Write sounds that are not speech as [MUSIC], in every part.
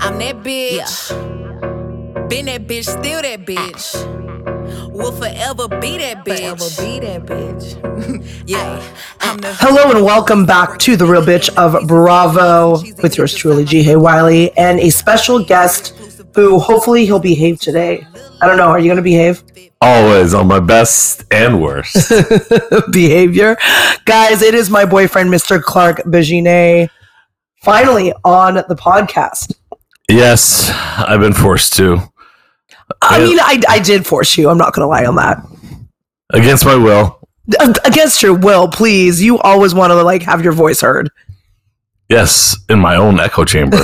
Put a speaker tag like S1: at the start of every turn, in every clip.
S1: I'm that bitch. Been that bitch, still that bitch. Will forever be that bitch.
S2: be that bitch. [LAUGHS]
S1: Yeah. I'm the
S3: Hello and welcome back to The Real Bitch of Bravo with yours truly, G. Hay Wiley, and a special guest who hopefully he'll behave today. I don't know. Are you going to behave? [LAUGHS]
S4: Always on my best and worst.
S3: Behavior. Guys, it is my boyfriend, Mr. Clark Baginet, finally on the podcast.
S4: yes, I've been forced to.
S3: I
S4: Yeah.
S3: mean, I, I did force you. I'm not going to lie on that.
S4: Against my will.
S3: Ag- Against your will, please. You always want to like have your voice heard.
S4: Yes, in my own
S3: [LAUGHS]
S4: echo chamber.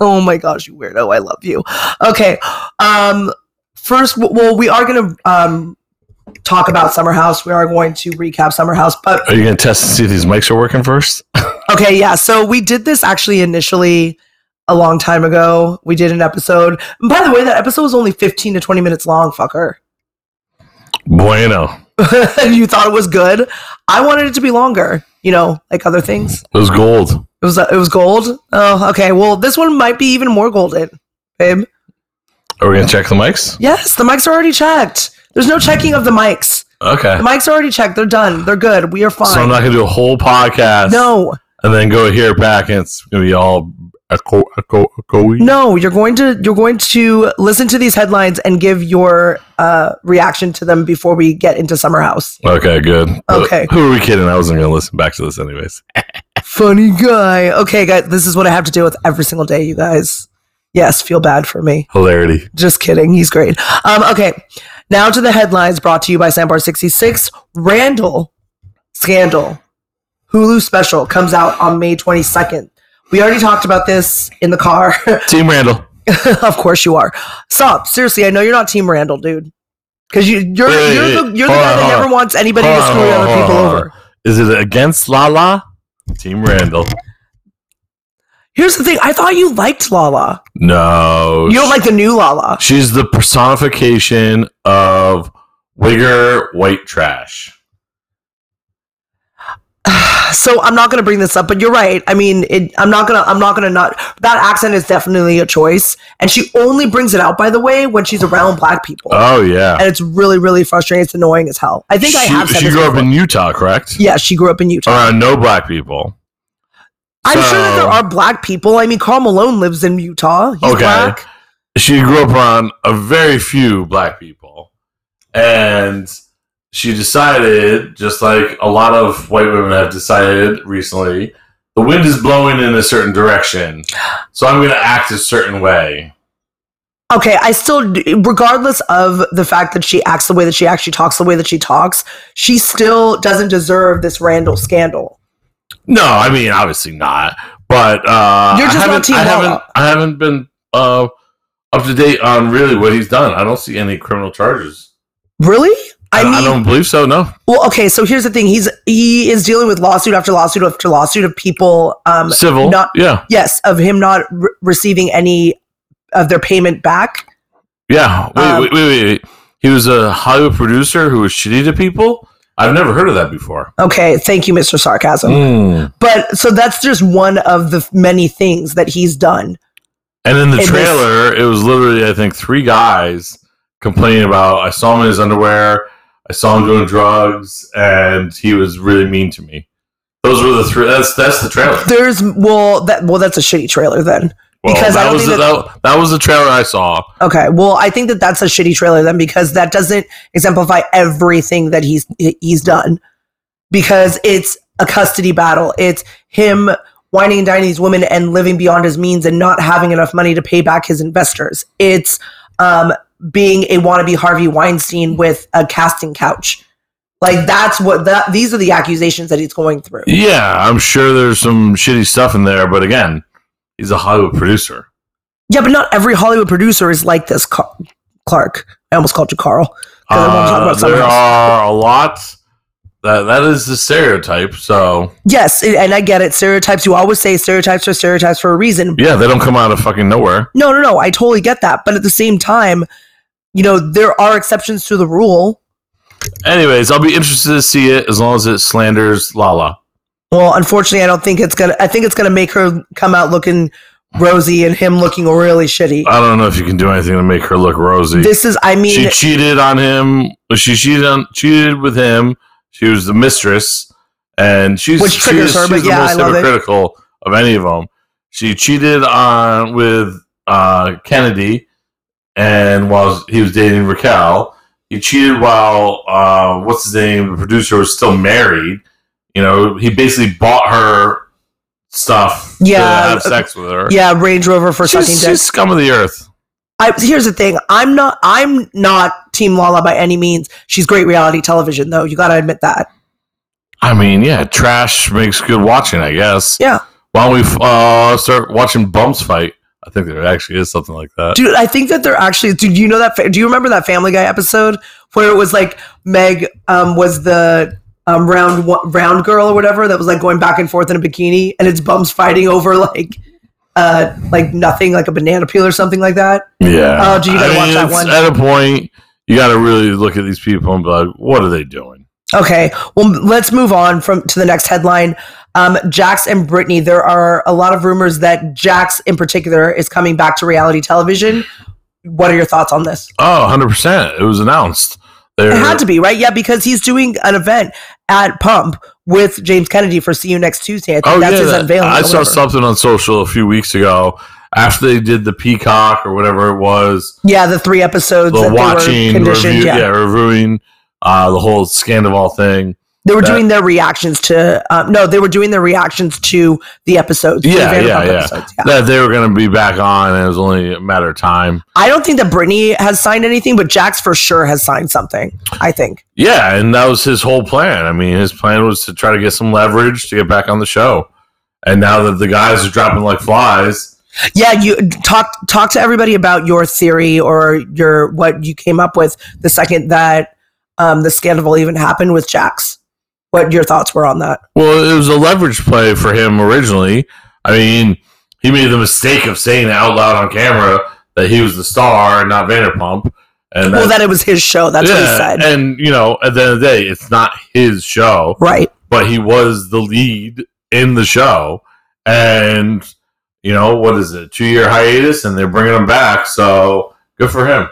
S3: oh my gosh, you weirdo. I love you. Okay. Um first w- well, we are going to um talk about Summer House. We are going to recap Summer House, but
S4: Are you going to test and see if these mics are working first?
S3: okay, yeah. So we did this actually initially a long time ago. We did an episode. And by the way, that episode was only 15 to 20 minutes long, fucker. [LAUGHS]
S4: Bueno.
S3: you thought it was good? I wanted it to be longer, you know, like other things.
S4: It was gold.
S3: It was uh, it was gold. Oh, okay. Well, this one might be even more golden, babe.
S4: Are we going to check the mics?
S3: Yes, the mics are already checked. There's no checking of the mics.
S4: Okay.
S3: The mics are already checked. They're done. They're good. We are fine.
S4: So I'm not going to do a whole podcast
S3: no,
S4: and then go here back and it's going to be all echo, echo, echo.
S3: no. You're going to you're going to listen to these headlines and give your uh, reaction to them before we get into Summer House.
S4: Okay, good. But
S3: Okay.
S4: Who are we kidding? I wasn't going to listen back to this anyways.
S3: Funny guy. Okay, guys, this is what I have to deal with every single day. You guys. Yes, feel bad for me.
S4: Hilarity.
S3: Just kidding. He's great. Um, okay. Now to the headlines brought to you by Sandbar 66. Randall Scandal Hulu special comes out on May 22nd. We already talked about this in the car. [LAUGHS]
S4: Team Randall.
S3: of course you are. Stop. Seriously, I know you're not Team Randall, dude. Because you, you're,
S4: Wait,
S3: you're,
S4: wait,
S3: the, you're the
S4: hold
S3: guy
S4: on,
S3: that
S4: hold
S3: never
S4: on.
S3: wants anybody to
S4: Hold on,
S3: screw
S4: hold on,
S3: other people
S4: hold on.
S3: over.
S4: Is it against Lala? Team Randall.
S3: Here's the thing. I thought you liked Lala.
S4: No.
S3: You don't like the new Lala.
S4: She's the personification of Wigger white trash.
S3: so I'm not going to bring this up, but you're right. I mean, it, I'm not going to, I'm not going to not, that accent is definitely a choice. And she only brings it out, by the way, when she's around black people.
S4: Oh yeah.
S3: and it's really, really frustrating. It's annoying as hell. I think I
S4: she,
S3: have said
S4: she
S3: this
S4: grew up
S3: before.
S4: in Utah, correct?
S3: yeah, she grew up in Utah.
S4: Around no black people.
S3: I'm sure that there
S4: so-
S3: are black people. I mean, Carl Malone lives in Utah. He's
S4: Okay.
S3: black.
S4: She grew up around a very few black people. And she decided, just like a lot of white women have decided recently, the wind is blowing in a certain direction. So I'm gonna act a certain way.
S3: Okay, I still, d- regardless of the fact that she acts the way that she actually talks the way that she talks, she still doesn't deserve this Randall scandal.
S4: No, I mean obviously not. But uh,
S3: You're just not
S4: I haven't,
S3: Team
S4: I
S3: Lala.
S4: haven't, I haven't been uh, up to date on really what he's done. I don't see any criminal charges.
S3: Really?
S4: I, I don't believe so. No,
S3: Well, okay, so here's the thing. He's he is dealing with lawsuit after lawsuit after lawsuit of people um
S4: civil.
S3: not-
S4: yeah,
S3: yes, of him not re- receiving any of their payment back.
S4: yeah. Wait,
S3: Um,
S4: wait, wait, wait, wait. He was a Hollywood producer who was shitty to people. I've never heard of that before. Hmm.
S3: Okay, thank you Mr. Sarcasm.
S4: Mm.
S3: But so that's just one of the f- many things that he's done.
S4: And in the
S3: And this-
S4: trailer, it was literally I think three guys complaining about I saw him in his underwear, I saw him doing drugs, and he was really mean to me. Those were the three. That's that's the trailer.
S3: There's well that well that's a shitty trailer then.
S4: Well,
S3: Because I
S4: that
S3: don't
S4: was
S3: think
S4: the, that, that was the trailer I saw.
S3: Okay, well I think that that's a shitty trailer then because that doesn't exemplify everything that he's he- he's done because it's a custody battle. It's him whining and dining these women and living beyond his means and not having enough money to pay back his investors. It's um, being a wannabe Harvey Weinstein with a casting couch. Like that's what that these are the accusations that he's going through.
S4: Yeah, I'm sure there's some shitty stuff in there, but again, he's a Hollywood producer.
S3: Yeah, but not every Hollywood producer is like this, Car- Clark. I almost called you Carl. 'Cause I wanna talk
S4: Uh,
S3: about something
S4: there
S3: else.
S4: are a lot. That that is the stereotype. So
S3: Yes, it- and I get it. Stereotypes. You always say stereotypes are stereotypes for a reason.
S4: yeah, they don't come out of fucking nowhere.
S3: No, no, no. I totally get that. But at the same time, you know, there are exceptions to the rule.
S4: Anyways, I'll be interested to see it as long as it slanders Lala.
S3: Well, unfortunately, I don't think it's gonna. I think it's gonna make her come out looking rosy and him looking really shitty.
S4: I don't know if you can do anything to make her look rosy.
S3: This is, I mean,
S4: she cheated on him. She cheated on cheated with him. She was the mistress, and she's
S3: Which triggers
S4: she's,
S3: her, but
S4: she's
S3: yeah,
S4: the
S3: I
S4: most
S3: love it.
S4: hypocritical of any of them. She cheated on with uh, Kennedy, and while he was dating Raquel, he cheated while uh, what's his name, the producer, was still married. You know, he basically bought her stuff to
S3: Yeah, uh,
S4: have sex with her.
S3: yeah, Range Rover for
S4: she's,
S3: sucking dick.
S4: she's scum of the earth.
S3: I, here's the thing. I'm not. I'm not Team Lala by any means. She's great reality television, though. You got to admit that.
S4: I mean, yeah, trash makes good watching, I guess.
S3: Yeah.
S4: Why don't we uh, start watching bumps fight? I think there actually is something like that.
S3: Dude, I think that they're actually. Dude, you know that? fa- Do you remember that Family Guy episode where it was like Meg um, was the um, round one, round girl or whatever that was like going back and forth in a bikini, and it's bums fighting over like uh like nothing, like a banana peel or something like that.
S4: yeah.
S3: Oh, do you gotta watch that
S4: it's
S3: one?
S4: At a point, you got to really look at these people and be like, what are they doing?
S3: Okay, well, m- let's move on from to the next headline. Um, Jax and Brittany. There are a lot of rumors that Jax, in particular, is coming back to reality television. What are your thoughts on this?
S4: Oh, 100%. It was announced. They're,
S3: It had to be right, yeah, because he's doing an event at Pump with James Kennedy for "See You Next Tuesday." I think that's his
S4: Oh, that-
S3: unveiling.
S4: I
S3: or
S4: saw
S3: whatever.
S4: something on social a few weeks ago after they did the Peacock or whatever it was.
S3: Yeah, the three episodes
S4: The
S3: that
S4: watching,
S3: they were conditioned.
S4: review, yeah.
S3: yeah.
S4: reviewing uh, the whole Scandival thing.
S3: they were
S4: that-
S3: doing their reactions to. Um, no, they were doing their reactions to the episodes. the
S4: Yeah, yeah,
S3: Vanderpump
S4: yeah.
S3: episodes, yeah.
S4: That they were going to be back on, and it was only a matter of time.
S3: I don't think that Brittany has signed anything, but Jax for sure has signed something. I think.
S4: Yeah, and that was his whole plan. I mean, his plan was to try to get some leverage to get back on the show. And now that the guys are dropping like flies,
S3: Yeah, you talk talk to everybody about your theory or your what you came up with the second that um, the scandal even happened with Jax. What your thoughts were on that?
S4: well, it was a leverage play for him originally. I mean, he made the mistake of saying out loud on camera that he was the star and not Vanderpump. And
S3: well, that it was his show. That's what he said,
S4: And you know, at the end of the day, it's not his show.
S3: right?
S4: but he was the lead in the show. And you know what is it? Two year hiatus, and they're bringing him back. So good for him.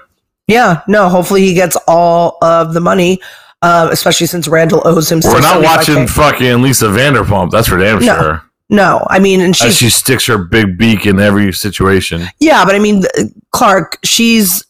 S3: Yeah. No. Hopefully, he gets all of the money, uh, especially since Randall owes him.
S4: We're not
S3: 675K.
S4: watching fucking Lisa Vanderpump. That's for damn
S3: No,
S4: sure.
S3: No, I mean, and
S4: As
S3: she's
S4: she sticks her big beak in every situation.
S3: Yeah, but I mean, th- Clark, she's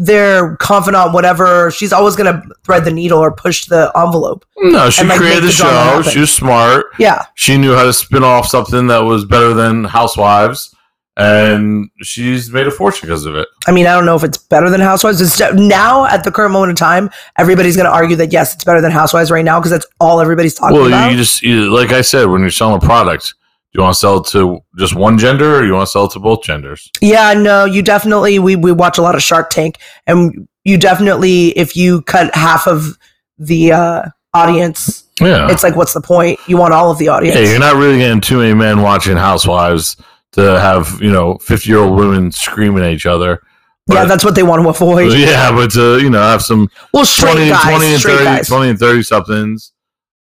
S3: their confidant, whatever. She's always going to thread the needle or push the envelope.
S4: No, she
S3: And, like,
S4: created
S3: make
S4: the
S3: the drama
S4: show.
S3: happen.
S4: She was smart.
S3: Yeah.
S4: She knew how to spin off something that was better than Housewives, and she's made a fortune because of it.
S3: I mean, I don't know if it's better than Housewives. It's ju- now, at the current moment in time, everybody's going to argue that, yes, it's better than Housewives right now because that's all everybody's talking
S4: well,
S3: about.
S4: you just you, like I said, when you're selling a product, do you want to sell it to just one gender or you want to sell it to both genders?
S3: yeah, no, you definitely, we, we watch a lot of Shark Tank, and you definitely, if you cut half of the uh, audience,
S4: Yeah.
S3: it's like, what's the point? You want all of the audience.
S4: yeah, you're not really getting too many men watching Housewives to have you know 50 year old women screaming at each other.
S3: yeah, that's what they want to avoid.
S4: Yeah, but to you know have some
S3: Well, straight
S4: 20 and
S3: guys,
S4: 20 and
S3: straight
S4: 30
S3: guys.
S4: 20 and 30 somethings,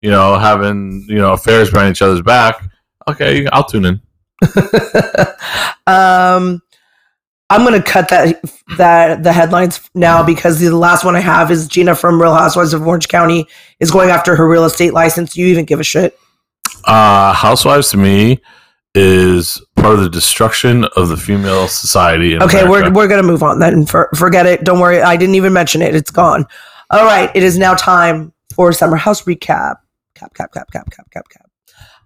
S4: you know, having you know affairs behind each other's back. Okay, I'll tune in.
S3: um, I'm gonna cut that that the headlines now because the last one I have is Gina from Real Housewives of Orange County is going after her real estate license. You even give a shit?
S4: Uh, Housewives to me is part of the destruction of the female society. In
S3: Okay,
S4: America.
S3: we're we're gonna move on then. For, forget it. Don't worry. I didn't even mention it. It's gone. All right. It is now time for summer house recap. Cap cap cap cap cap cap cap.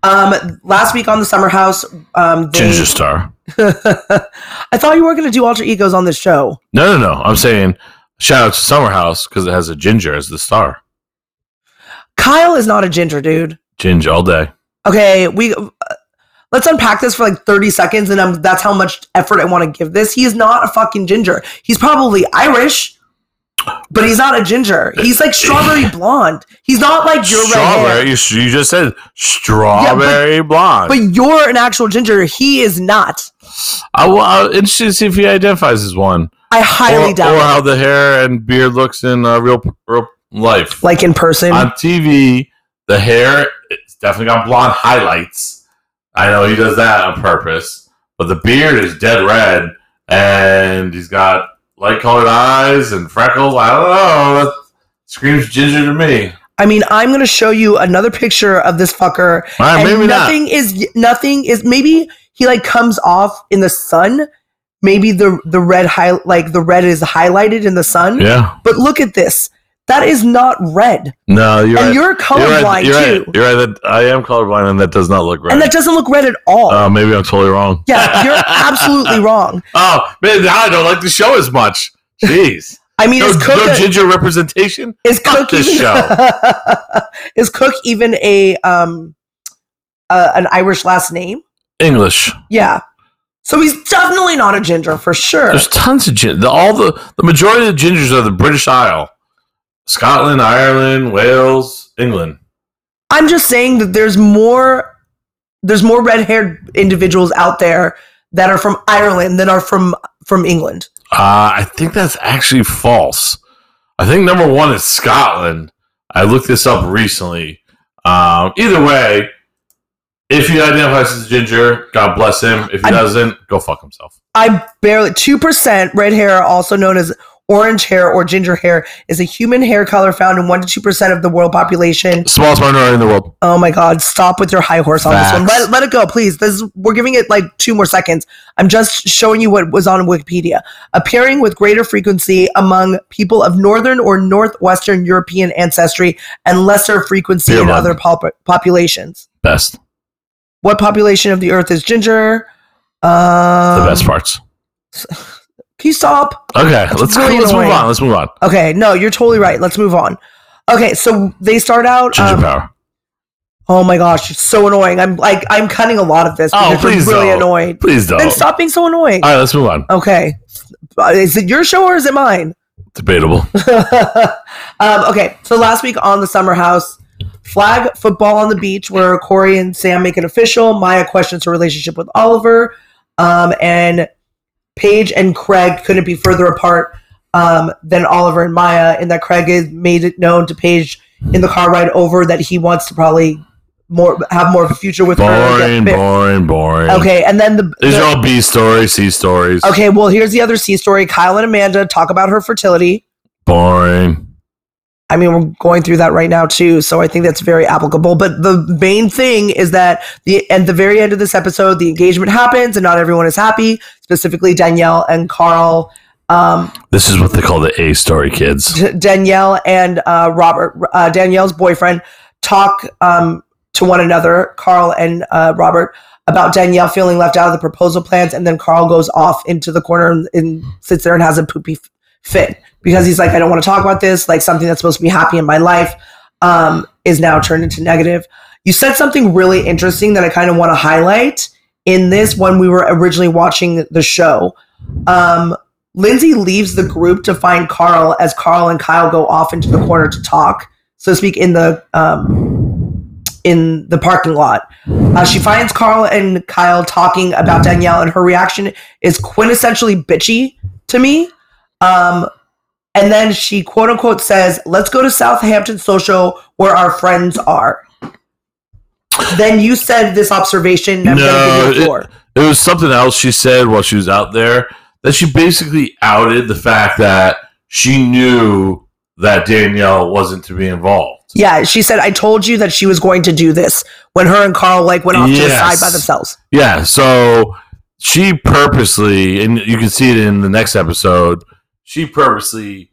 S3: Um, last week on the summer house, um, they-
S4: Ginger Star.
S3: [LAUGHS] I thought you were gonna do alter egos on this show.
S4: No, no, no. I'm saying shout out to Summer House because it has a ginger as the star.
S3: Kyle is not a ginger dude.
S4: Ginger all day.
S3: okay we uh, let's unpack this for like 30 seconds and i that's how much effort i want to give this he is not a fucking ginger he's probably irish but he's not a ginger he's like
S4: [LAUGHS]
S3: strawberry blonde he's not like your
S4: strawberry.
S3: strawberry
S4: You, you just said strawberry blonde.
S3: but you're an actual ginger he is not
S4: I, will- I'm interested to see if he identifies as one,
S3: i
S4: or,
S3: highly
S4: or
S3: doubt it
S4: how the hair and beard looks in uh, real, real life.
S3: like in person
S4: on TV, the hair it's definitely got blonde highlights. I know he does that on purpose, but the beard is dead red, and he's got light colored eyes and freckles. I don't know. That screams ginger to me.
S3: I mean, I'm going to show you another picture of this fucker.
S4: All right,
S3: and
S4: Uh, maybe not.
S3: nothing is nothing is maybe he like comes off in the sun. Maybe the the red high like the red is highlighted in the sun.
S4: Yeah.
S3: But look at this. That is not red.
S4: No, you're
S3: and
S4: right.
S3: you're colorblind
S4: you're right.
S3: too.
S4: You're right. You're right. That I am colorblind, and that does not look right.
S3: And that doesn't look red at all.
S4: uh, maybe I'm totally wrong. [LAUGHS]
S3: yeah, you're absolutely wrong.
S4: Oh man, now I don't like the show as much.
S3: [LAUGHS]
S4: Jeez,
S3: I mean,
S4: no,
S3: is Cook
S4: no
S3: a-
S4: ginger representation.
S3: is
S4: fuck
S3: Cook
S4: this
S3: even [LAUGHS] is Cook even a um uh, an Irish last name?
S4: English.
S3: Yeah. So he's definitely not a ginger for sure.
S4: There's tons of ginger. The, all the the majority of the gingers are the British Isle, Scotland, Ireland, Wales, England.
S3: I'm just saying that there's more there's more red-haired individuals out there that are from Ireland than are from from England.
S4: Uh, I think that's actually false. I think number one is Scotland. I looked this up recently. Um, either way, if he identifies as ginger, God bless him. If he
S3: I'm-
S4: doesn't, go fuck himself.
S3: I barely 2% red hair, also known as orange hair or ginger hair, is a human hair color found in 1 to 2% of the world population.
S4: Smallest minority in the world.
S3: Oh my god, stop with your high horse on this one.
S4: Facts.
S3: Let, let it go, please. This is, we're giving it like 2 more seconds. I'm just showing you what was on Wikipedia. Appearing with greater frequency among people of northern or northwestern European ancestry and lesser frequency in
S4: Finland.
S3: other pop- populations.
S4: Best.
S3: What population of the earth is ginger? Uh,
S4: The best parts.
S3: Can you stop?
S4: Okay, let's
S3: really
S4: let's move
S3: annoying.
S4: on. Let's move on.
S3: Okay, no, you're totally right. Let's move on. Okay, so they start out.
S4: Ginger
S3: um,
S4: power.
S3: oh my gosh, it's so annoying. I'm like, I'm cutting a lot of this
S4: Oh,
S3: because
S4: please
S3: I'm really
S4: don't.
S3: annoyed.
S4: Please don't.
S3: Then
S4: All
S3: stop being so annoying.
S4: right, let's move on.
S3: okay, Uh, is it your show or is it mine? [LAUGHS]
S4: Debatable.
S3: um, okay, so last week on the Summer House, flag football on the beach, where Corey and Sam make it official. Maya questions her relationship with Oliver, um, and Paige and Craig couldn't be further apart um, than Oliver and Maya, in that Craig is made it known to Paige in the car ride over that he wants to probably more have more of a future with her.
S4: Boring,
S3: get fit.
S4: boring, boring.
S3: Okay, and then the,
S4: These
S3: the-
S4: are all B stories, C stories.
S3: okay. Well, here's the other C story. Kyle and Amanda talk about her fertility.
S4: Boring.
S3: I mean, we're going through that right now too, so I think that's very applicable. But the main thing is that the at the very end of this episode, the engagement happens, and not everyone is happy. Specifically, Danielle and Carl, um,
S4: This is what they call the A story, kids.
S3: D- Danielle and uh, Robert, uh, Danielle's boyfriend, talk um, to one another, Carl and uh, Robert, about Danielle feeling left out of the proposal plans, and then Carl goes off into the corner and, and sits there and has a poopy f- fit because he's like, I don't want to talk about this. Like something that's supposed to be happy in my life um, is now turned into negative. You said something really interesting that I kind of want to highlight in this when we were originally watching the show. Um, Lindsay leaves the group to find Carl as Carl and Kyle go off into the corner to talk, so to speak, in the um, in the parking lot. Uh, she finds Carl and Kyle talking about Danielle, and her reaction is quintessentially bitchy to me. Um, and then she quote unquote says, "Let's go to Southampton Social where our friends are." Then you said this observation. and I'm gonna
S4: No,
S3: give you
S4: it-
S3: the floor.
S4: It was something else she said while she was out there that she basically outed the fact that she knew that Danielle wasn't to be involved.
S3: Yeah, she said, I told you that she was going to do this when her and Carl like went off to the
S4: Yes.
S3: side by themselves.
S4: Yeah, so she purposely, and you can see it in the next episode, she purposely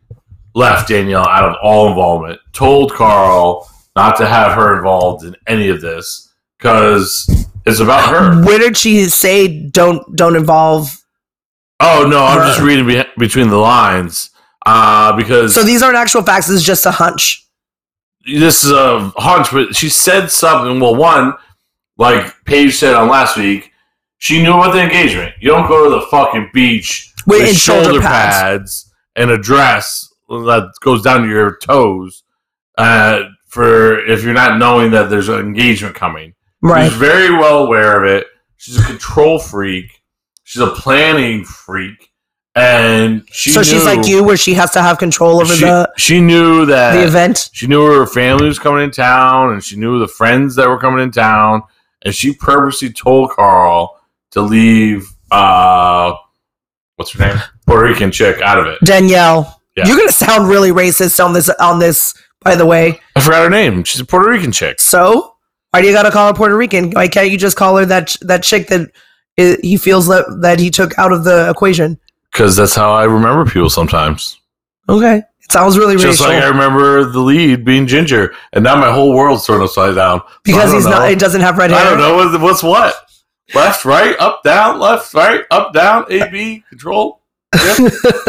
S4: left Danielle out of all involvement, told Carl not to have her involved in any of this because it's about her.
S3: Where did she say don't don't involve
S4: Oh no, I'm
S3: Her.
S4: just reading be- between the lines uh, because
S3: so these aren't actual facts, this is just a hunch.
S4: this is a hunch. But she said something. Well, one, like Paige said on last week, she knew about the engagement. You don't go to the fucking beach
S3: With- in shoulder pads.
S4: and a dress that goes down to your toes uh, for if you're not knowing that there's an engagement coming.
S3: Right.
S4: She's very well aware of it. She's a control freak. She's a planning freak, and she
S3: so she's
S4: knew-
S3: like you where she has to have control over
S4: She,
S3: the
S4: she knew that
S3: the event.
S4: she knew her family was coming in town, and she knew the friends that were coming in town, and she purposely told Carl to leave uh, what's her name? Puerto Rican chick out of it.
S3: Danielle.
S4: Yeah.
S3: You're gonna sound really racist on this on this, by the way.
S4: I forgot her name. She's a Puerto Rican chick.
S3: So why do you gotta call her Puerto Rican? Why can't you just call her that that chick that i he feels that, that he took out of the equation?
S4: Because that's how I remember people sometimes.
S3: Okay. It sounds really
S4: Just
S3: racial
S4: like I remember the lead being Ginger, and now my whole world's thrown upside down.
S3: because
S4: I
S3: he's
S4: don't know.
S3: not. It doesn't have red hair.
S4: I don't know what- what's what. Left, right, up, down, left, right, up, down, A, B, control.
S3: [LAUGHS]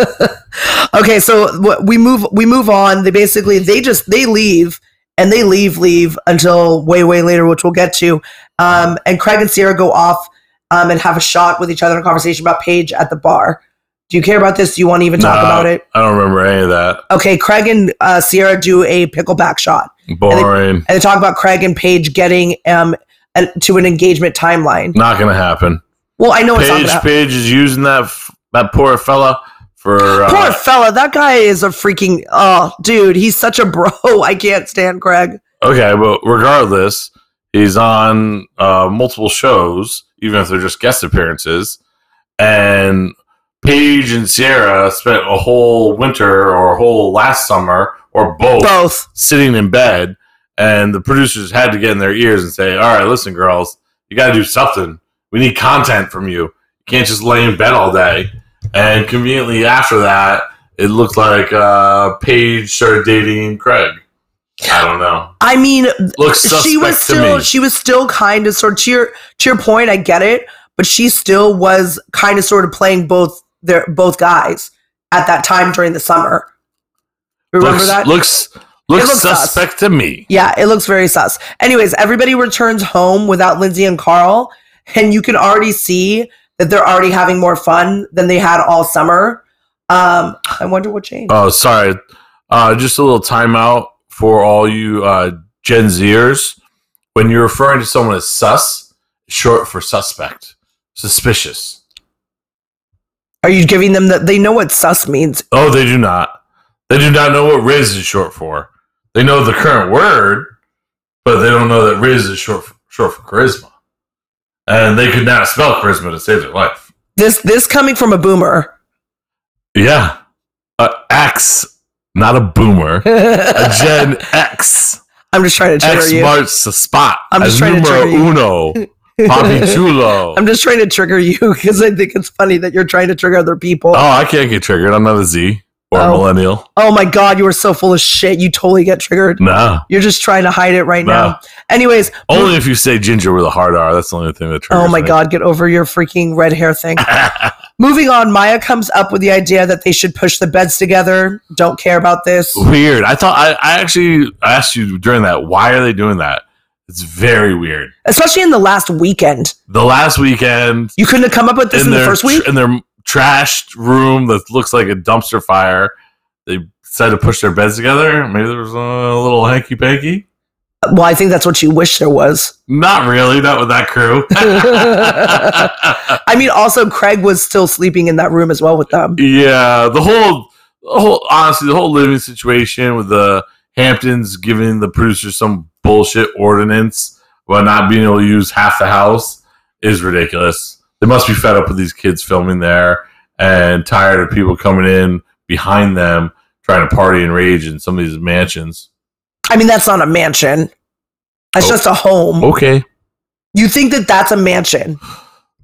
S3: okay, so wh- we move we move on. They basically they just they leave and they leave leave until way way later, which we'll get to. Um, and Craig and Sierra go off um, and have a shot with each other in a conversation about Paige at the bar. Do you care about this? Do you want to even talk
S4: No.
S3: about it?
S4: I don't remember any of that.
S3: Okay, Craig and uh, Sierra do a pickleback shot,
S4: Boring.
S3: and they talk about Craig and Paige getting um an, to an engagement timeline.
S4: Not going to happen.
S3: Well, I know it's not
S4: Paige,
S3: gonna happen.
S4: Paige is using that f- that poor fella for uh,
S3: [GASPS] Poor fella, that guy is a freaking oh dude, he's such a bro. [LAUGHS] I can't stand Craig.
S4: Okay, but regardless, he's on uh, multiple shows, even if they're just guest appearances. And Paige and Sierra spent a whole winter or a whole last summer or both,
S3: Both.
S4: sitting in bed. And the producers had to get in their ears and say, All right, listen, girls, you got to do something. We need content from you. You can't just lay in bed all day. And conveniently after that, it looked like uh, Paige started dating Craig. I don't know
S3: I mean,
S4: looks suspect
S3: she was
S4: to
S3: still
S4: me.
S3: she was still kind of sort of to your to your point. I get it, but she still was kind of sort of playing both their both guys at that time during the summer. Remember
S4: looks,
S3: that?
S4: Looks
S3: It
S4: looks
S3: looks sus.
S4: suspect to me.
S3: yeah, it looks very sus. Anyways, everybody returns home without Lindsay and Carl, and you can already see that they're already having more fun than they had all summer. Um, I wonder what changed.
S4: Oh, sorry. Uh, just a little timeout for all you uh, Gen Zers. When you're referring to someone as sus, short for suspect, suspicious.
S3: Are you giving them that they know what sus means?
S4: Oh, they do not. They do not know what Riz is short for. They know the current word, but they don't know that Riz is short for, short for charisma. And they could not spell charisma to save their life.
S3: This this coming from a boomer. [LAUGHS]
S4: Yeah. A X, not a boomer. a Gen X.
S3: I'm just trying to trigger
S4: X
S3: you.
S4: marks the spot.
S3: I'm just
S4: a
S3: trying to
S4: numero
S3: trigger you. [LAUGHS]
S4: uno. Papi chulo.
S3: I'm just trying to trigger you because I think it's funny that you're trying to trigger other people.
S4: oh,
S3: Oh,
S4: I can't get triggered. I'm not a Z or a
S3: Oh.
S4: millennial.
S3: my god, you are so full of shit. You totally get triggered.
S4: Nah.
S3: You're just trying to hide it right
S4: Nah.
S3: now. Anyways,
S4: Only if you say ginger with a hard R. That's the only thing that triggers
S3: oh my
S4: me.
S3: god, get over your freaking red hair
S4: [LAUGHS]
S3: thing. Moving on, Maya comes up with the idea that they should push the beds together. Don't care about this.
S4: weird. I thought I, I actually asked you during that, why are they doing that? It's very weird.
S3: Especially in the last weekend.
S4: The last weekend
S3: You couldn't have come up with this in, the
S4: their
S3: first week?
S4: tr- in their trashed room that looks like a dumpster fire. They decided to push their beds together. Maybe there was a little hanky panky.
S3: well, I think that's what you wish there was.
S4: Not really. Not with that crew.
S3: [LAUGHS]
S4: [LAUGHS]
S3: I mean, also, Craig was still sleeping in that room as well with them.
S4: yeah, the whole, the whole honestly, the whole living situation with the Hamptons giving the producers some bullshit ordinance while not being able to use half the house is ridiculous. They must be fed up with these kids filming there and tired of people coming in behind them trying to party and rage in some of these mansions.
S3: I mean, that's not a mansion. That's
S4: Oh.
S3: just a home.
S4: Okay,
S3: You think that that's a mansion?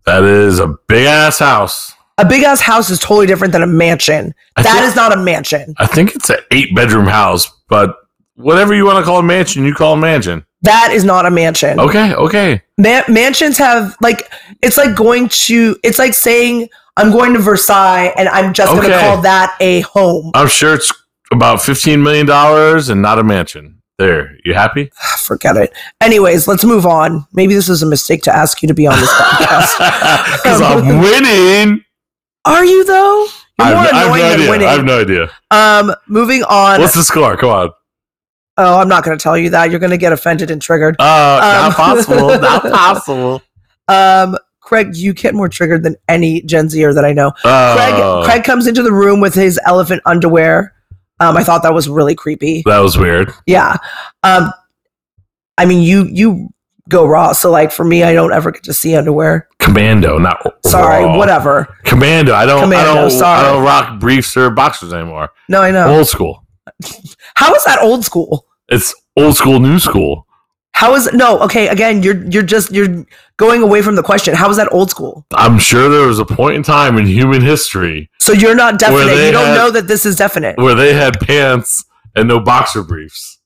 S4: that is a big ass house.
S3: A big ass house is totally different than a mansion.
S4: I
S3: That
S4: thi-
S3: is not a mansion.
S4: I think it's an eight bedroom house, but whatever you want to call a mansion, you call a mansion.
S3: That is not a mansion.
S4: Okay, okay.
S3: Ma- mansions have like it's like going to it's like saying I'm going to Versailles and I'm just going to
S4: Okay.
S3: call that a home.
S4: I'm sure it's about fifteen million dollars and not a mansion. There,
S3: [LAUGHS]
S4: you happy? [LAUGHS]
S3: Ah, Forget it. Anyways, let's move on. Maybe this was a mistake to ask you to be on this [LAUGHS] podcast.
S4: Because I'm winning.
S3: Are you though? You're more
S4: I've- I've
S3: annoying
S4: no
S3: than
S4: idea.
S3: winning.
S4: I have no idea.
S3: um, moving on.
S4: What's the score? Come on.
S3: oh, I'm not going to tell you that. You're going to get offended and triggered.
S4: Uh,
S3: Um,
S4: not
S3: [LAUGHS]
S4: possible. Not possible.
S3: Um, Craig, you get more triggered than any Gen Zer that I know. Craig,
S4: Oh,
S3: Craig comes into the room with his elephant underwear. Um, I thought that was really creepy.
S4: That was weird.
S3: Yeah. Um, I mean, you you go raw. So like for me, I don't ever get to see underwear.
S4: Commando, not
S3: Sorry,
S4: Raw.
S3: whatever.
S4: Commando. I don't.
S3: Commando,
S4: I don't.
S3: sorry. Oh.
S4: I don't rock briefs or boxers anymore.
S3: No, I know.
S4: Old school.
S3: How is that old school?
S4: It's old school, new school.
S3: How is no? Okay, again, you're you're just you're going away from the question. How is that old school?
S4: I'm sure there was a point in time in human history
S3: So you're not definite.
S4: they
S3: You don't
S4: had-
S3: know that this is definite.
S4: where they had pants and no boxer briefs.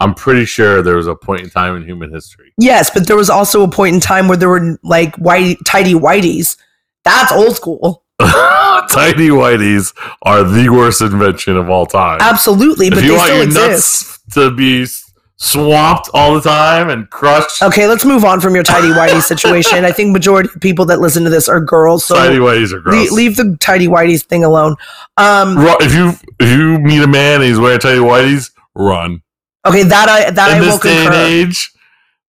S4: I'm pretty sure there was a point in time in human history. [LAUGHS]
S3: Yes, but there was also a point in time where there were like white tidy whiteys. That's old school.
S4: Tiny whiteys are the worst invention of all time.
S3: Absolutely, but
S4: if you
S3: they
S4: want
S3: still
S4: your
S3: exist.
S4: nuts to be s- swamped all the time and crushed,
S3: Okay, let's move on from your tidy
S4: [LAUGHS]
S3: whitey situation. I think majority of people that listen to this are girls, so
S4: tiny whiteys are
S3: le-
S4: gross.
S3: leave the tidy whiteys thing alone. Um,
S4: Ru- if you if you meet a man and he's wearing tiny whiteys, run.
S3: okay, that I that
S4: In
S3: I will
S4: this day and
S3: concur.
S4: age,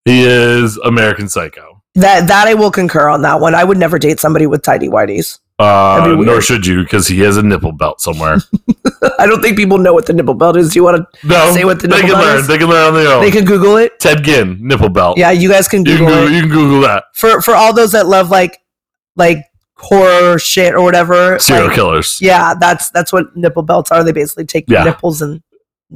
S4: he is American Psycho.
S3: That that I will concur on that one. I would never date somebody with tidy whiteys.
S4: Uh,
S3: That'd be
S4: nor
S3: weird.
S4: should you, because he has a nipple belt somewhere.
S3: [LAUGHS] I don't think people know what the nipple belt is. Do you want to?
S4: No,
S3: Say what the
S4: Um, they
S3: nipple
S4: can
S3: belt
S4: learn.
S3: is?
S4: They can learn on their own.
S3: They can Google it.
S4: Ted Ginn nipple belt.
S3: Yeah, you guys can
S4: you can
S3: Google
S4: Google,
S3: it
S4: you can Google that.
S3: for for all those that love like like horror shit or whatever.
S4: Serial
S3: like,
S4: killers.
S3: Yeah, that's that's what nipple belts are. They basically take your
S4: Yeah.
S3: nipples and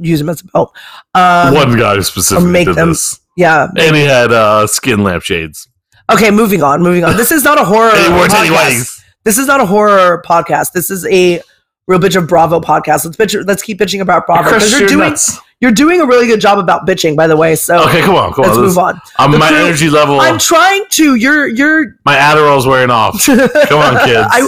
S3: use them as a belt. Um,
S4: One guy specifically
S3: or make
S4: did
S3: them-
S4: this,
S3: Yeah.
S4: and he had uh, skin lampshades.
S3: Okay, moving on. Moving on. This is not a horror.
S4: And he wore tiny
S3: podcast.
S4: whities.
S3: This is not a horror podcast. This is a real bitch of Bravo podcast. Let's bitch. Let's keep bitching about Bravo
S4: Crushed
S3: because you're
S4: your
S3: doing
S4: nuts.
S3: you're doing a really good job about bitching, by the way. So
S4: Okay, come on, come
S3: let's
S4: on.
S3: move
S4: Let's-
S3: on.
S4: I'm,
S3: The
S4: my
S3: crew-
S4: energy level,
S3: I'm trying to. You're you're.
S4: my Adderall's wearing off. Come
S3: [LAUGHS]
S4: on, kids.
S3: I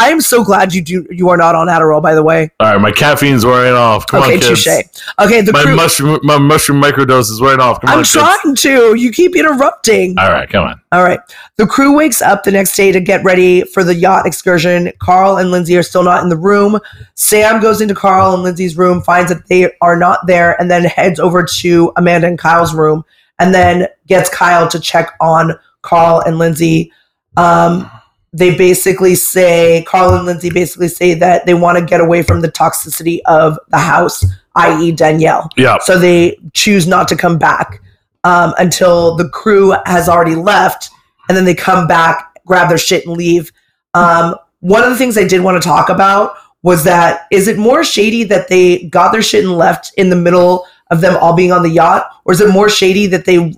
S3: I am so glad you do. You are not on Adderall, by the way.
S4: All right, my caffeine's wearing off. Come
S3: okay,
S4: on, kids.
S3: touche. Okay, the
S4: My
S3: crew.
S4: mushroom, my mushroom microdose is wearing off. Come
S3: I'm
S4: on, kids.
S3: trying to. You keep interrupting.
S4: All right, come on.
S3: All right. The crew wakes up the next day to get ready for the yacht excursion. Carl and Lindsay are still not in the room. Sam goes into Carl and Lindsay's room, finds that they are not there, and then heads over to Amanda and Kyle's room, and then gets Kyle to check on Carl and Lindsay. Um, they basically say, Carl and Lindsay basically say that they want to get away from the toxicity of the house, i.e., Danielle.
S4: Yeah,
S3: So they choose not to come back um, until the crew has already left, and then they come back, grab their shit, and leave. Um, one of the things I did want to talk about was that is it more shady that they got their shit and left in the middle of them all being on the yacht, or is it more shady that they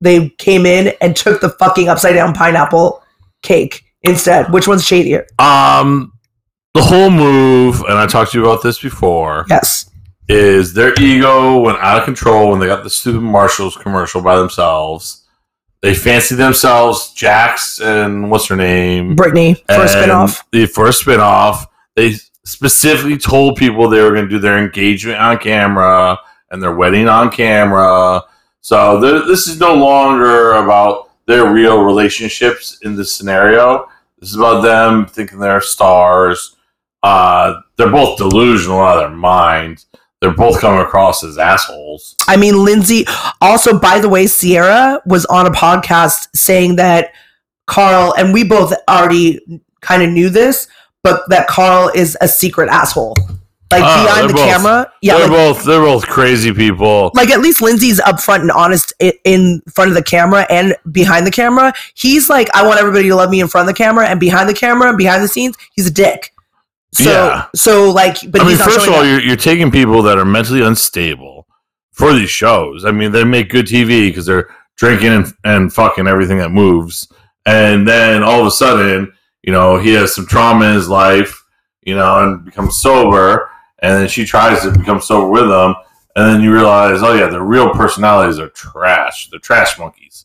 S3: they came in and took the fucking upside down pineapple cake instead? Which one's shadier?
S4: Um, the whole move, and I talked to you about this before,
S3: Yes.
S4: is their ego went out of control when they got the stupid Marshalls commercial by themselves. They fancied themselves Jax and what's her name
S3: Brittany for a
S4: and
S3: spinoff.
S4: The first spinoff. They specifically told people they were going to do their engagement on camera and their wedding on camera. So th- this is no longer about their real relationships in this scenario. This is about them thinking they're stars. Uh, they're both delusional out of their mind. They're both coming across as assholes.
S3: I mean, Lindsay. Also, by the way, Sierra was on a podcast saying that Carl and we both already kind of knew this, but that Carl is a secret asshole, like
S4: Ah,
S3: behind
S4: they're
S3: the
S4: both-
S3: camera. Yeah,
S4: they're
S3: like,
S4: both they're both crazy people.
S3: like at least Lindsay's upfront and honest i- in front of the camera and behind the camera. He's like, I want everybody to love me in front of the camera and behind the camera and behind the scenes. He's a dick. So,
S4: Yeah.
S3: so like, but
S4: I mean,
S3: he's not
S4: first of
S3: showing
S4: all,
S3: up.
S4: you're, you're taking people that are mentally unstable for these shows. I mean, they make good TV because they're drinking and, and fucking everything that moves. And then all of a sudden, you know, he has some trauma in his life, you know, and becomes sober. And then she tries to become sober with him. And then you realize, oh, yeah, their real personalities are trash. They're trash monkeys.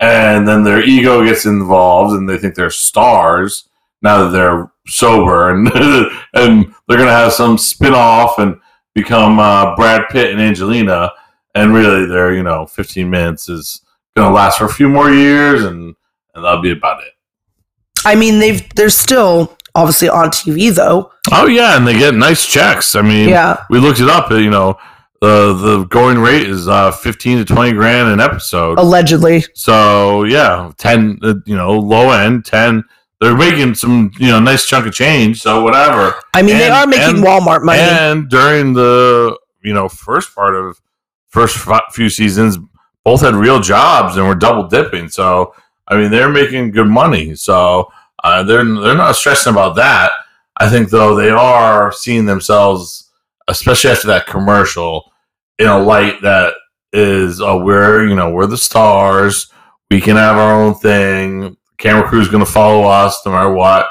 S4: And then their ego gets involved and they think they're stars now that they're sober and [LAUGHS] and they're gonna have some spin off and become uh, Brad Pitt and Angelina, and really their you know 15 minutes is gonna last for a few more years, and and that'll be about it.
S3: I mean, they've they're still obviously on TV though.
S4: Oh yeah, and they get nice checks. I mean,
S3: Yeah.
S4: we looked it up. uh, You know, the the going rate is uh, 15 to 20 grand an episode.
S3: Oh. Allegedly.
S4: So yeah, ten. Uh, you know, low end ten. They're making some you know nice chunk of change. So whatever.
S3: I mean, they
S4: And-
S3: are making
S4: and-
S3: Walmart money.
S4: And during the you know first part of first fi- few seasons, both had real jobs and were double dipping. So I mean, they're making good money. So uh, they're they're not stressing about that. I think though they are seeing themselves, especially after that commercial, in a light that is oh we're you know we're the stars. We can have our own thing. Camera crew's going to follow us no matter what.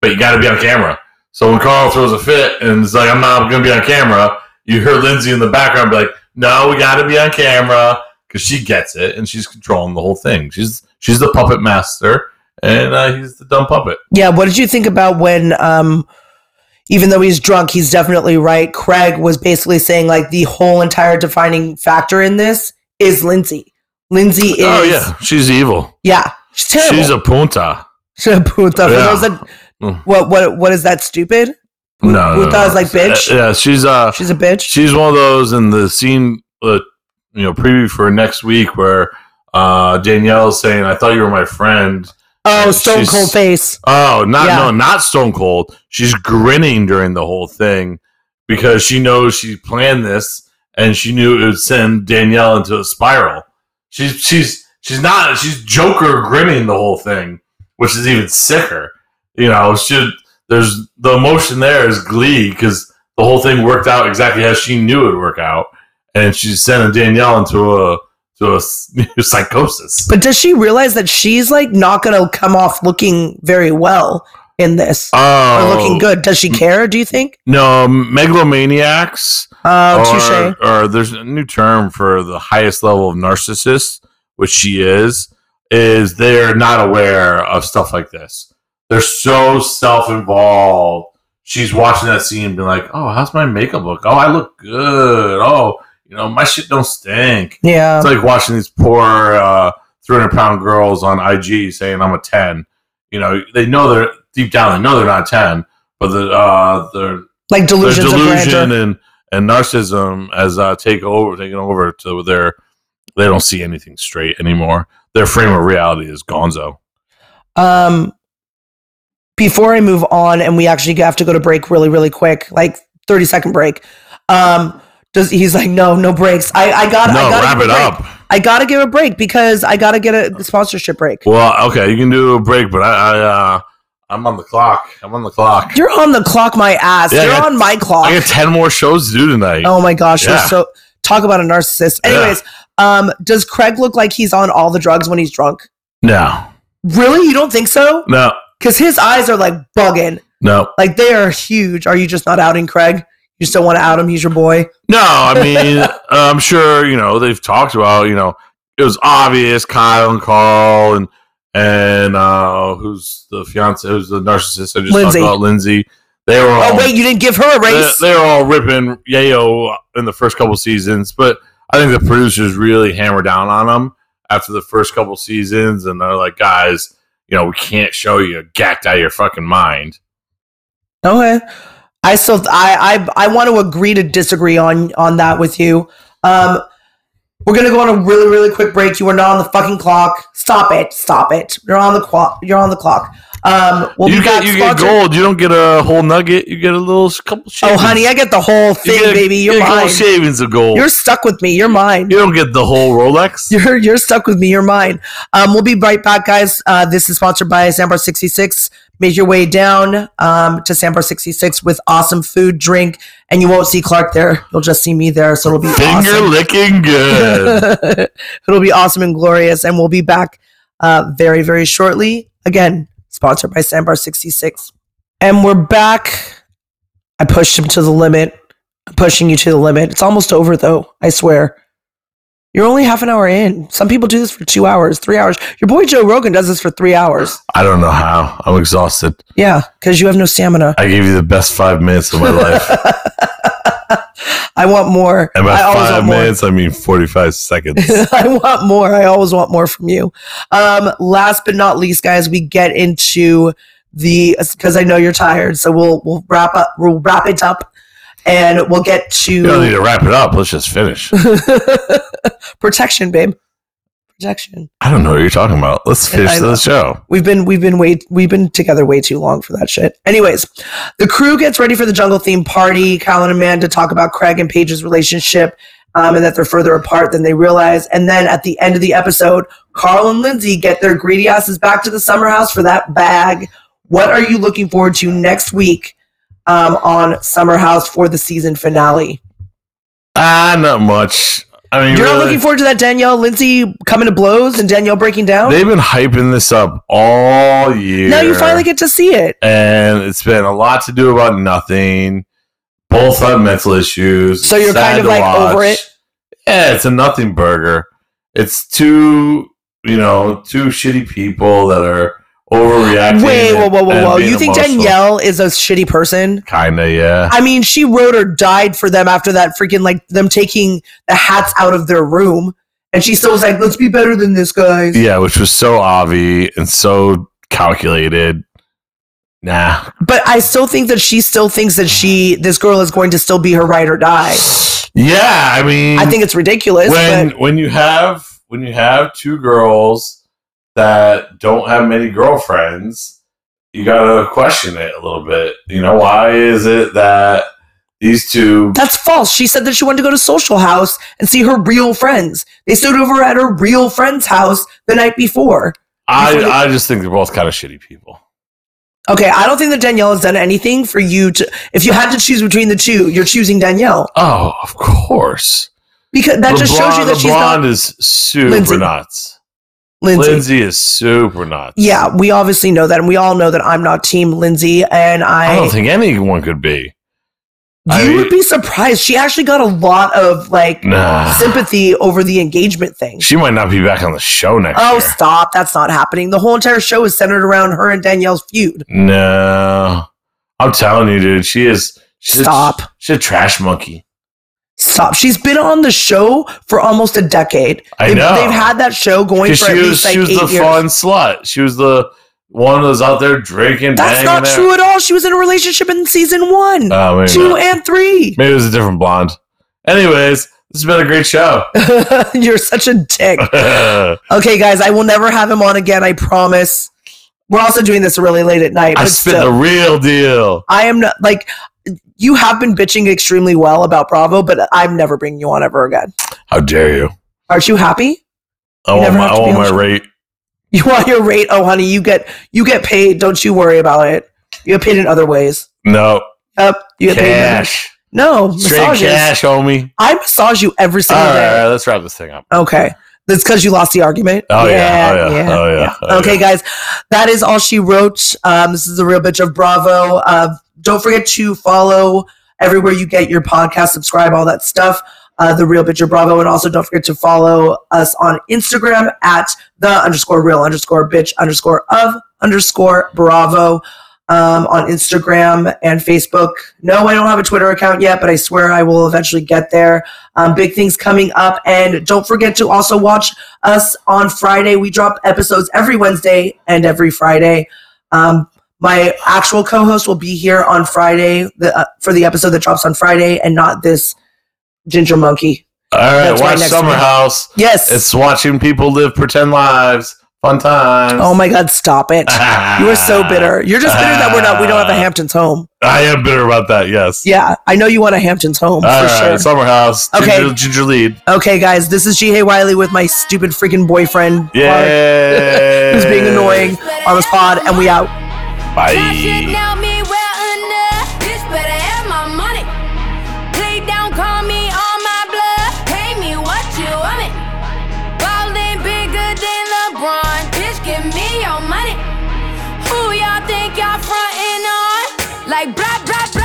S4: But you got to be on camera. So when Carl throws a fit and it's like I'm not going to be on camera, you hear Lindsay in the background be like, "No, we got to be on camera." because she gets it and she's controlling the whole thing. She's she's the puppet master, and uh, he's the dumb puppet.
S3: Yeah, what did you think about when um even though he's drunk, he's definitely right. Craig was basically saying like the whole entire defining factor in this is Lindsay. Lindsay is
S4: oh yeah, she's evil.
S3: Yeah. She's terrible. [LAUGHS]
S4: She's a punta.
S3: She's a puta. For
S4: Yeah.
S3: those that-
S4: Mm.
S3: what what what is that stupid?
S4: No, no,
S3: Puta
S4: no.
S3: is like bitch.
S4: Yeah, she's uh,
S3: She's a bitch.
S4: she's one of those in the scene, uh, you know, preview for next week where uh, Danielle's saying, "I thought you were my friend."
S3: Oh, stone
S4: she's-
S3: cold face.
S4: Oh, not
S3: Yeah.
S4: no, not Stone Cold. She's grinning during the whole thing because she knows she planned this and she knew it would send Danielle into a spiral. She's she's she's not she's Joker grinning the whole thing, which is even sicker. You know, should there's the emotion there is glee because the whole thing worked out exactly how she knew it would work out, and she's sending Danielle into a to a [LAUGHS] psychosis.
S3: But does she realize that she's like not gonna come off looking very well in this? Or
S4: Oh,
S3: looking good. Does she care, do you think?
S4: No, megalomaniacs.
S3: Oh,
S4: or,
S3: touche.
S4: or there's a new term for the highest level of narcissist, which she is, is they're not aware of stuff like this. They're so self involved. She's watching that scene and being like, Oh, how's my makeup look? Oh, I look good. Oh, you know, my shit don't stink.
S3: Yeah.
S4: It's like watching these poor uh, 300 pound girls on IG saying, I'm a 10. You know, they know they're deep down, they know they're not 10, but the, uh, they're
S3: Like
S4: their
S3: delusions of
S4: delusion
S3: grandeur.
S4: and and narcissism as uh, take over, taking over to their they don't see anything straight anymore. Their frame of reality is Gonzo.
S3: Um before I move on and we actually have to go to break really, really quick, like 30 second break. Um does he's like, no, no breaks. I, I got
S4: no,
S3: I gotta
S4: wrap
S3: give
S4: it
S3: a break.
S4: up.
S3: I gotta give a break because I gotta get a sponsorship break.
S4: Well, okay, you can do a break, but I, I uh, I'm on the clock. I'm on the clock.
S3: You're on the clock, my ass.
S4: Yeah, I
S3: You're
S4: got-
S3: on my clock.
S4: I got ten more shows to do tonight.
S3: Oh my gosh, you're
S4: Yeah.
S3: so talk about a narcissist.
S4: Yeah.
S3: Anyways, um, does Craig look like he's on all the drugs when he's drunk?
S4: No,
S3: Really? You don't think so?
S4: no,
S3: Because his eyes are like bugging.
S4: no,
S3: Like they are huge. Are you just not outing Craig? You just don't want to out him, he's your boy.
S4: no. I
S3: [LAUGHS]
S4: mean, uh, I'm sure you know they've talked about you know it was obvious Kyle and Carl and and uh, who's the fiance who's the narcissist I just
S3: Lindsay.
S4: talked about Lindsay. They were all
S3: Oh wait, you didn't give her a
S4: they,
S3: race?
S4: they're all ripping Yayo in the first couple seasons, but I think the producers really hammer down on them after the first couple seasons, and they're like, guys, you know, we can't show you gacked out of your fucking mind.
S3: okay. I still I I I want to agree to disagree on on that with you. Um we're gonna go on a really, really quick break. You are not on the fucking clock. Stop it. Stop it. You're on the clock. You're on the clock. Um, we'll
S4: you
S3: be
S4: get
S3: back
S4: you get
S3: sponsored-
S4: gold. You don't get a whole nugget. You get a little s- couple.
S3: Oh,
S4: Shavings.
S3: honey, I get the whole
S4: You
S3: thing,
S4: get a-
S3: baby.
S4: you
S3: You're
S4: get a couple
S3: mine.
S4: shavings of gold.
S3: You're stuck with me. You're mine.
S4: you
S3: You're,
S4: don't get the whole Rolex.
S3: [LAUGHS] you're stuck with me. You're mine. Um, we'll be right back, guys. Uh, this is sponsored by Sambar 66. Make your way down um, to Sambar 66 with awesome food, drink, and you won't see Clark there. You'll just see me there. So it'll be
S4: Finger
S3: awesome.
S4: licking good.
S3: [LAUGHS] it'll be awesome and glorious. And we'll be back uh, very, very shortly. Again, sponsored by Sandbar 66. And we're back. I pushed him to the limit. I'm pushing you to the limit. It's almost over, though. I swear. You're only half an hour in. Some people do this for two hours, three hours. Your boy Joe Rogan does this for three hours.
S4: I don't know how. I'm exhausted.
S3: Yeah, because you have no stamina.
S4: I gave you the best five
S3: [LAUGHS]
S4: minutes of my life.
S3: I want more.
S4: And by
S3: I always
S4: five
S3: want more.
S4: minutes, I mean
S3: [LAUGHS]
S4: 45 seconds.
S3: I want more. I always want more from you. Um, last but not least, guys, we get into the because I know you're tired, so we'll we'll wrap up. We'll wrap it up, and we'll get
S4: You don't need
S3: to
S4: to wrap it up. Let's just finish.
S3: [LAUGHS] protection, babe. Protection.
S4: I don't know what you're talking about. Let's
S3: I
S4: finish
S3: know.
S4: the show.
S3: We've been we've been way we've been together way too long for that shit. Anyways, the crew gets ready for the jungle theme party. Colin and Amanda talk about Craig and Paige's relationship um, and that they're further apart than they realize. And then at the end of the episode, Carl and Lindsay get their greedy asses back to the summer house for that bag. What are you looking forward to next week um, on Summer House for the season finale?
S4: Ah, not much. I mean,
S3: You're not
S4: really,
S3: looking forward to that Danielle Lindsay coming to blows and Danielle breaking down?
S4: they've been hyping this up all year.
S3: Now you finally get to see it.
S4: and it's been a lot to do about nothing. Both have mental issues.
S3: So you're
S4: Sad
S3: kind of,
S4: to
S3: like, over it?
S4: Yeah, it's a nothing burger. It's two, you know, two shitty people that are overreacting.
S3: Wait, whoa, whoa, whoa,
S4: and
S3: whoa.
S4: being
S3: You think
S4: emotional.
S3: Danielle is a shitty person?
S4: Kinda, yeah.
S3: I mean, she wrote or died for them after that freaking like them taking the hats out of their room, and she still was like, "Let's be better than this, guys."
S4: Yeah, which was so obvi and so calculated. Nah.
S3: But I still think that she still thinks that she this girl is going to still be her ride or die.
S4: Yeah, I mean,
S3: I think it's ridiculous.
S4: when
S3: but
S4: when you have when you have two girls that don't have many girlfriends, you gotta question it a little bit. You know, why is it that these two?
S3: that's false. She said that she wanted to go to social house and see her real friends. They stood over at her real friend's house the night before.
S4: I I just think they're both kind of shitty people.
S3: Okay, I don't think that Danielle has done anything for you to. If you had to choose between the two, you're choosing Danielle
S4: Oh, of course.
S3: because that just shows you that
S4: LeBron-
S3: she's
S4: LeBron
S3: not
S4: is super
S3: Lindsay.
S4: nuts.
S3: Lindsay.
S4: Lindsay is super nuts.
S3: Yeah, we obviously know that, and we all know that I'm not Team Lindsay, and
S4: I
S3: I,
S4: don't think anyone could be. I
S3: you
S4: mean-
S3: would be surprised. She actually got a lot of like
S4: Nah.
S3: sympathy over the engagement thing.
S4: She might not be back on the show next
S3: oh,
S4: year.
S3: stop! That's not happening. The whole entire show is centered around her and Danielle's feud.
S4: No, I'm telling you, dude. She is. She's
S3: Stop.
S4: A, she's a trash monkey.
S3: Stop. She's been on the show for almost a decade.
S4: I
S3: They've-
S4: know.
S3: They've had that show going
S4: 'Cause
S3: for at
S4: she was,
S3: least like
S4: she was
S3: eight
S4: the
S3: years.
S4: fun slut. She was the one that was out there drinking.
S3: That's
S4: banging
S3: not
S4: there.
S3: true at all. She was in a relationship in season one,
S4: Oh, maybe,
S3: two,
S4: not.
S3: and
S4: [LAUGHS]
S3: three.
S4: maybe it was a different blonde. Anyways, this has been a great show. [LAUGHS]
S3: [LAUGHS] You're such a dick.
S4: I
S3: Okay, guys, I will never have him on again. I promise. We're also doing this really late at night. but
S4: spit
S3: still,
S4: the real deal.
S3: I am not like you have been bitching extremely well about Bravo, but I'm never bringing you on ever again.
S4: How dare you?
S3: Aren't you happy? [LAUGHS]
S4: I
S3: You
S4: want
S3: never
S4: my,
S3: have to
S4: I
S3: be
S4: want
S3: on
S4: my
S3: show.
S4: rate.
S3: You want your rate? Oh, honey, you get you get paid. Don't you worry about it. You get paid in other ways.
S4: No
S3: Up, you get paid. in other-
S4: cash,
S3: No
S4: straight
S3: massages.
S4: cash, homie.
S3: I massage you every
S4: All
S3: single
S4: right,
S3: day.
S4: all right, let's wrap this thing up.
S3: Okay. That's because you lost the argument.
S4: Oh, yeah. Oh, yeah. Oh, yeah. Oh,
S3: okay,
S4: yeah.
S3: guys, that is all she wrote. Um, this is the real bitch of Bravo. Uh, don't forget to follow everywhere you get your podcast, subscribe, all that stuff. Uh, the real bitch of Bravo, and also don't forget to follow us on Instagram at the underscore real underscore bitch underscore of underscore Bravo um, on Instagram and Facebook. No, I don't have a Twitter account yet, but I swear I will eventually get there. Um, big things coming up. And don't forget to also watch us on Friday. We drop episodes every Wednesday and every Friday. Um, my actual co host will be here on Friday the, uh, for the episode that drops on Friday and not this Ginger Monkey.
S4: All right,
S3: That's my
S4: watch
S3: next
S4: Summer
S3: one.
S4: House.
S3: Yes.
S4: It's watching people live pretend lives. Fun times.
S3: oh my God, stop it. Oh, You are
S4: [LAUGHS]
S3: so bitter. You're just bitter that we're not, we don't have a Hamptons home.
S4: I am bitter about that, yes.
S3: Yeah, I know you want a Hamptons home
S4: All
S3: for
S4: right,
S3: sure.
S4: Summer House.
S3: Okay.
S4: Ginger, Ginger lead.
S3: Okay, guys, this is G.H. Wiley with my stupid freaking boyfriend, Clark,
S4: Yay.
S3: [LAUGHS] who's being annoying on this pod, and we out.
S1: Y'all should
S4: Bye.
S1: know me well enough. This better have my money. Please don't call me on my blood. Pay me what you want it. Ballin' bigger than LeBron. Bitch, give me your money. Who y'all think y'all frontin' on? Like blah blah blah.